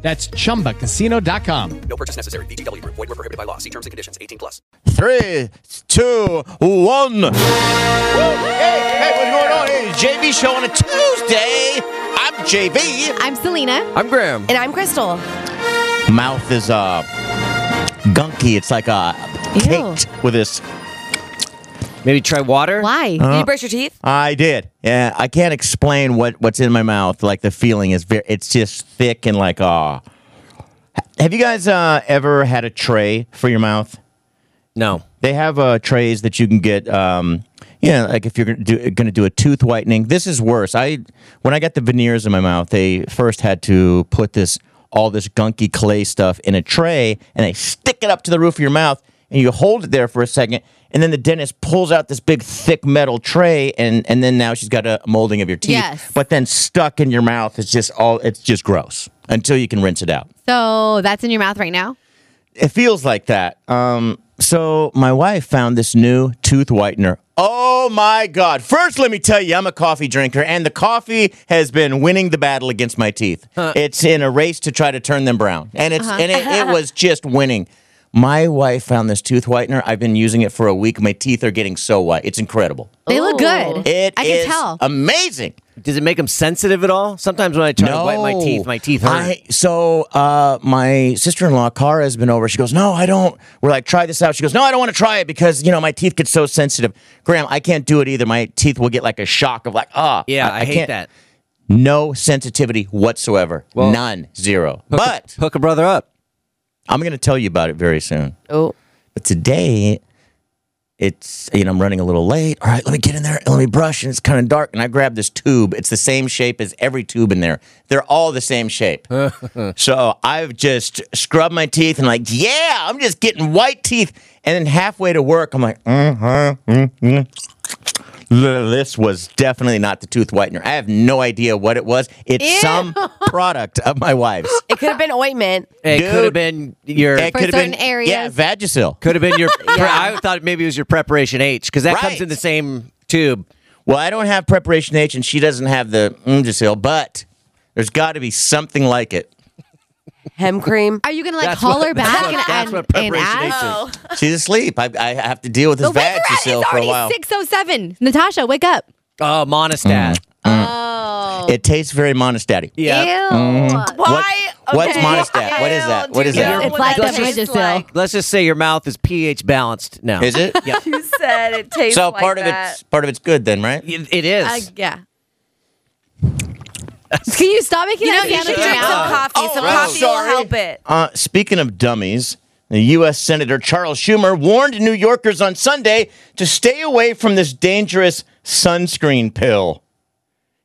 That's chumbacasino.com. No purchase necessary. VGW Group. Void were prohibited by law. See terms and conditions. 18 plus. Three, two, one. Woo! Hey, hey, what's going on? Hey, JV show on a Tuesday. I'm JV. I'm Selena. I'm Graham. And I'm Crystal. Mouth is uh gunky. It's like uh caked with this. Maybe try water. Why? Did you brush your teeth? I did. Yeah, I can't explain what what's in my mouth. Like the feeling is very. It's just thick and like uh. Have you guys uh, ever had a tray for your mouth? No. They have uh, trays that you can get. Um, you know, like if you're gonna do, gonna do a tooth whitening, this is worse. I when I got the veneers in my mouth, they first had to put this all this gunky clay stuff in a tray, and they stick it up to the roof of your mouth, and you hold it there for a second, and then the dentist pulls out this big thick metal tray, and and then now she's got a molding of your teeth, Yes. but then stuck in your mouth. It's just all it's just gross until you can rinse it out So that's in your mouth right now? it feels like that. Um, so my wife found this new tooth whitener. Oh my God. First, let me tell you, I'm a coffee drinker, and the coffee has been winning the battle against my teeth. It's in a race to try to turn them brown, and Uh-huh. it's and it, it was just winning. My wife found this tooth whitener. I've been using it for a week. My teeth are getting so white. It's incredible. They look good. It I is can tell. amazing. Does it make them sensitive at all? Sometimes when I try to wipe my teeth, my teeth hurt. I, so uh, my sister in law Cara has been over. She goes, "No, I don't." We're like, "Try this out." She goes, "No, I don't want to try it because you know my teeth get so sensitive." Graham, I can't do it either. My teeth will get like a shock of like, "Ah, yeah, I, hate can't- that. No sensitivity whatsoever, none, zero. But Hook a brother up. I'm going to tell you about it very soon. Oh. But today, it's you know I'm running a little late. All right, let me get in there and let me brush. And it's kind of dark. And I grab this tube. It's the same shape as every tube in there. They're all the same shape. so I've just scrubbed my teeth and like, yeah, I'm just getting white teeth. And then halfway to work, I'm like, mm-hmm, this was definitely not the tooth whitener. I have no idea what it was. It's Ew. some product of my wife's. It could have been ointment. It Dude. could have been your. It For could've certain been, Yeah, areas. Vagisil. Could have been your. I thought maybe it was your preparation H because that Right. comes in the same tube. Well, I don't have preparation H, and she doesn't have the Mjasil, but there's got to be something like it. Hem cream. Are you going to like That's call what- her that's back what- and, that's and, what and preparation ask? H is. She's asleep. I, I have to deal with this The wake her up. Vagisil Oh. It's for a already while. 607. Natasha, wake up. Oh, monostat. Oh. It tastes very monostatic. Yeah. Ew. Why? what's monostat? What is that? Ew, What is dude, that? you know It's what like that the tastes Vagisil. like. Let's just say your mouth is pH balanced now. Is it? Yeah. You said it tastes so like part of that. it's part of it's good then, right? It it is. Uh, yeah. Can you stop making You know, that you sound should with your drink some mouth? coffee. Oh, some right. coffee Sorry. will help it. Uh, speaking of dummies, the U.S. Senator Charles Schumer warned New Yorkers on Sunday to stay away from this dangerous sunscreen pill.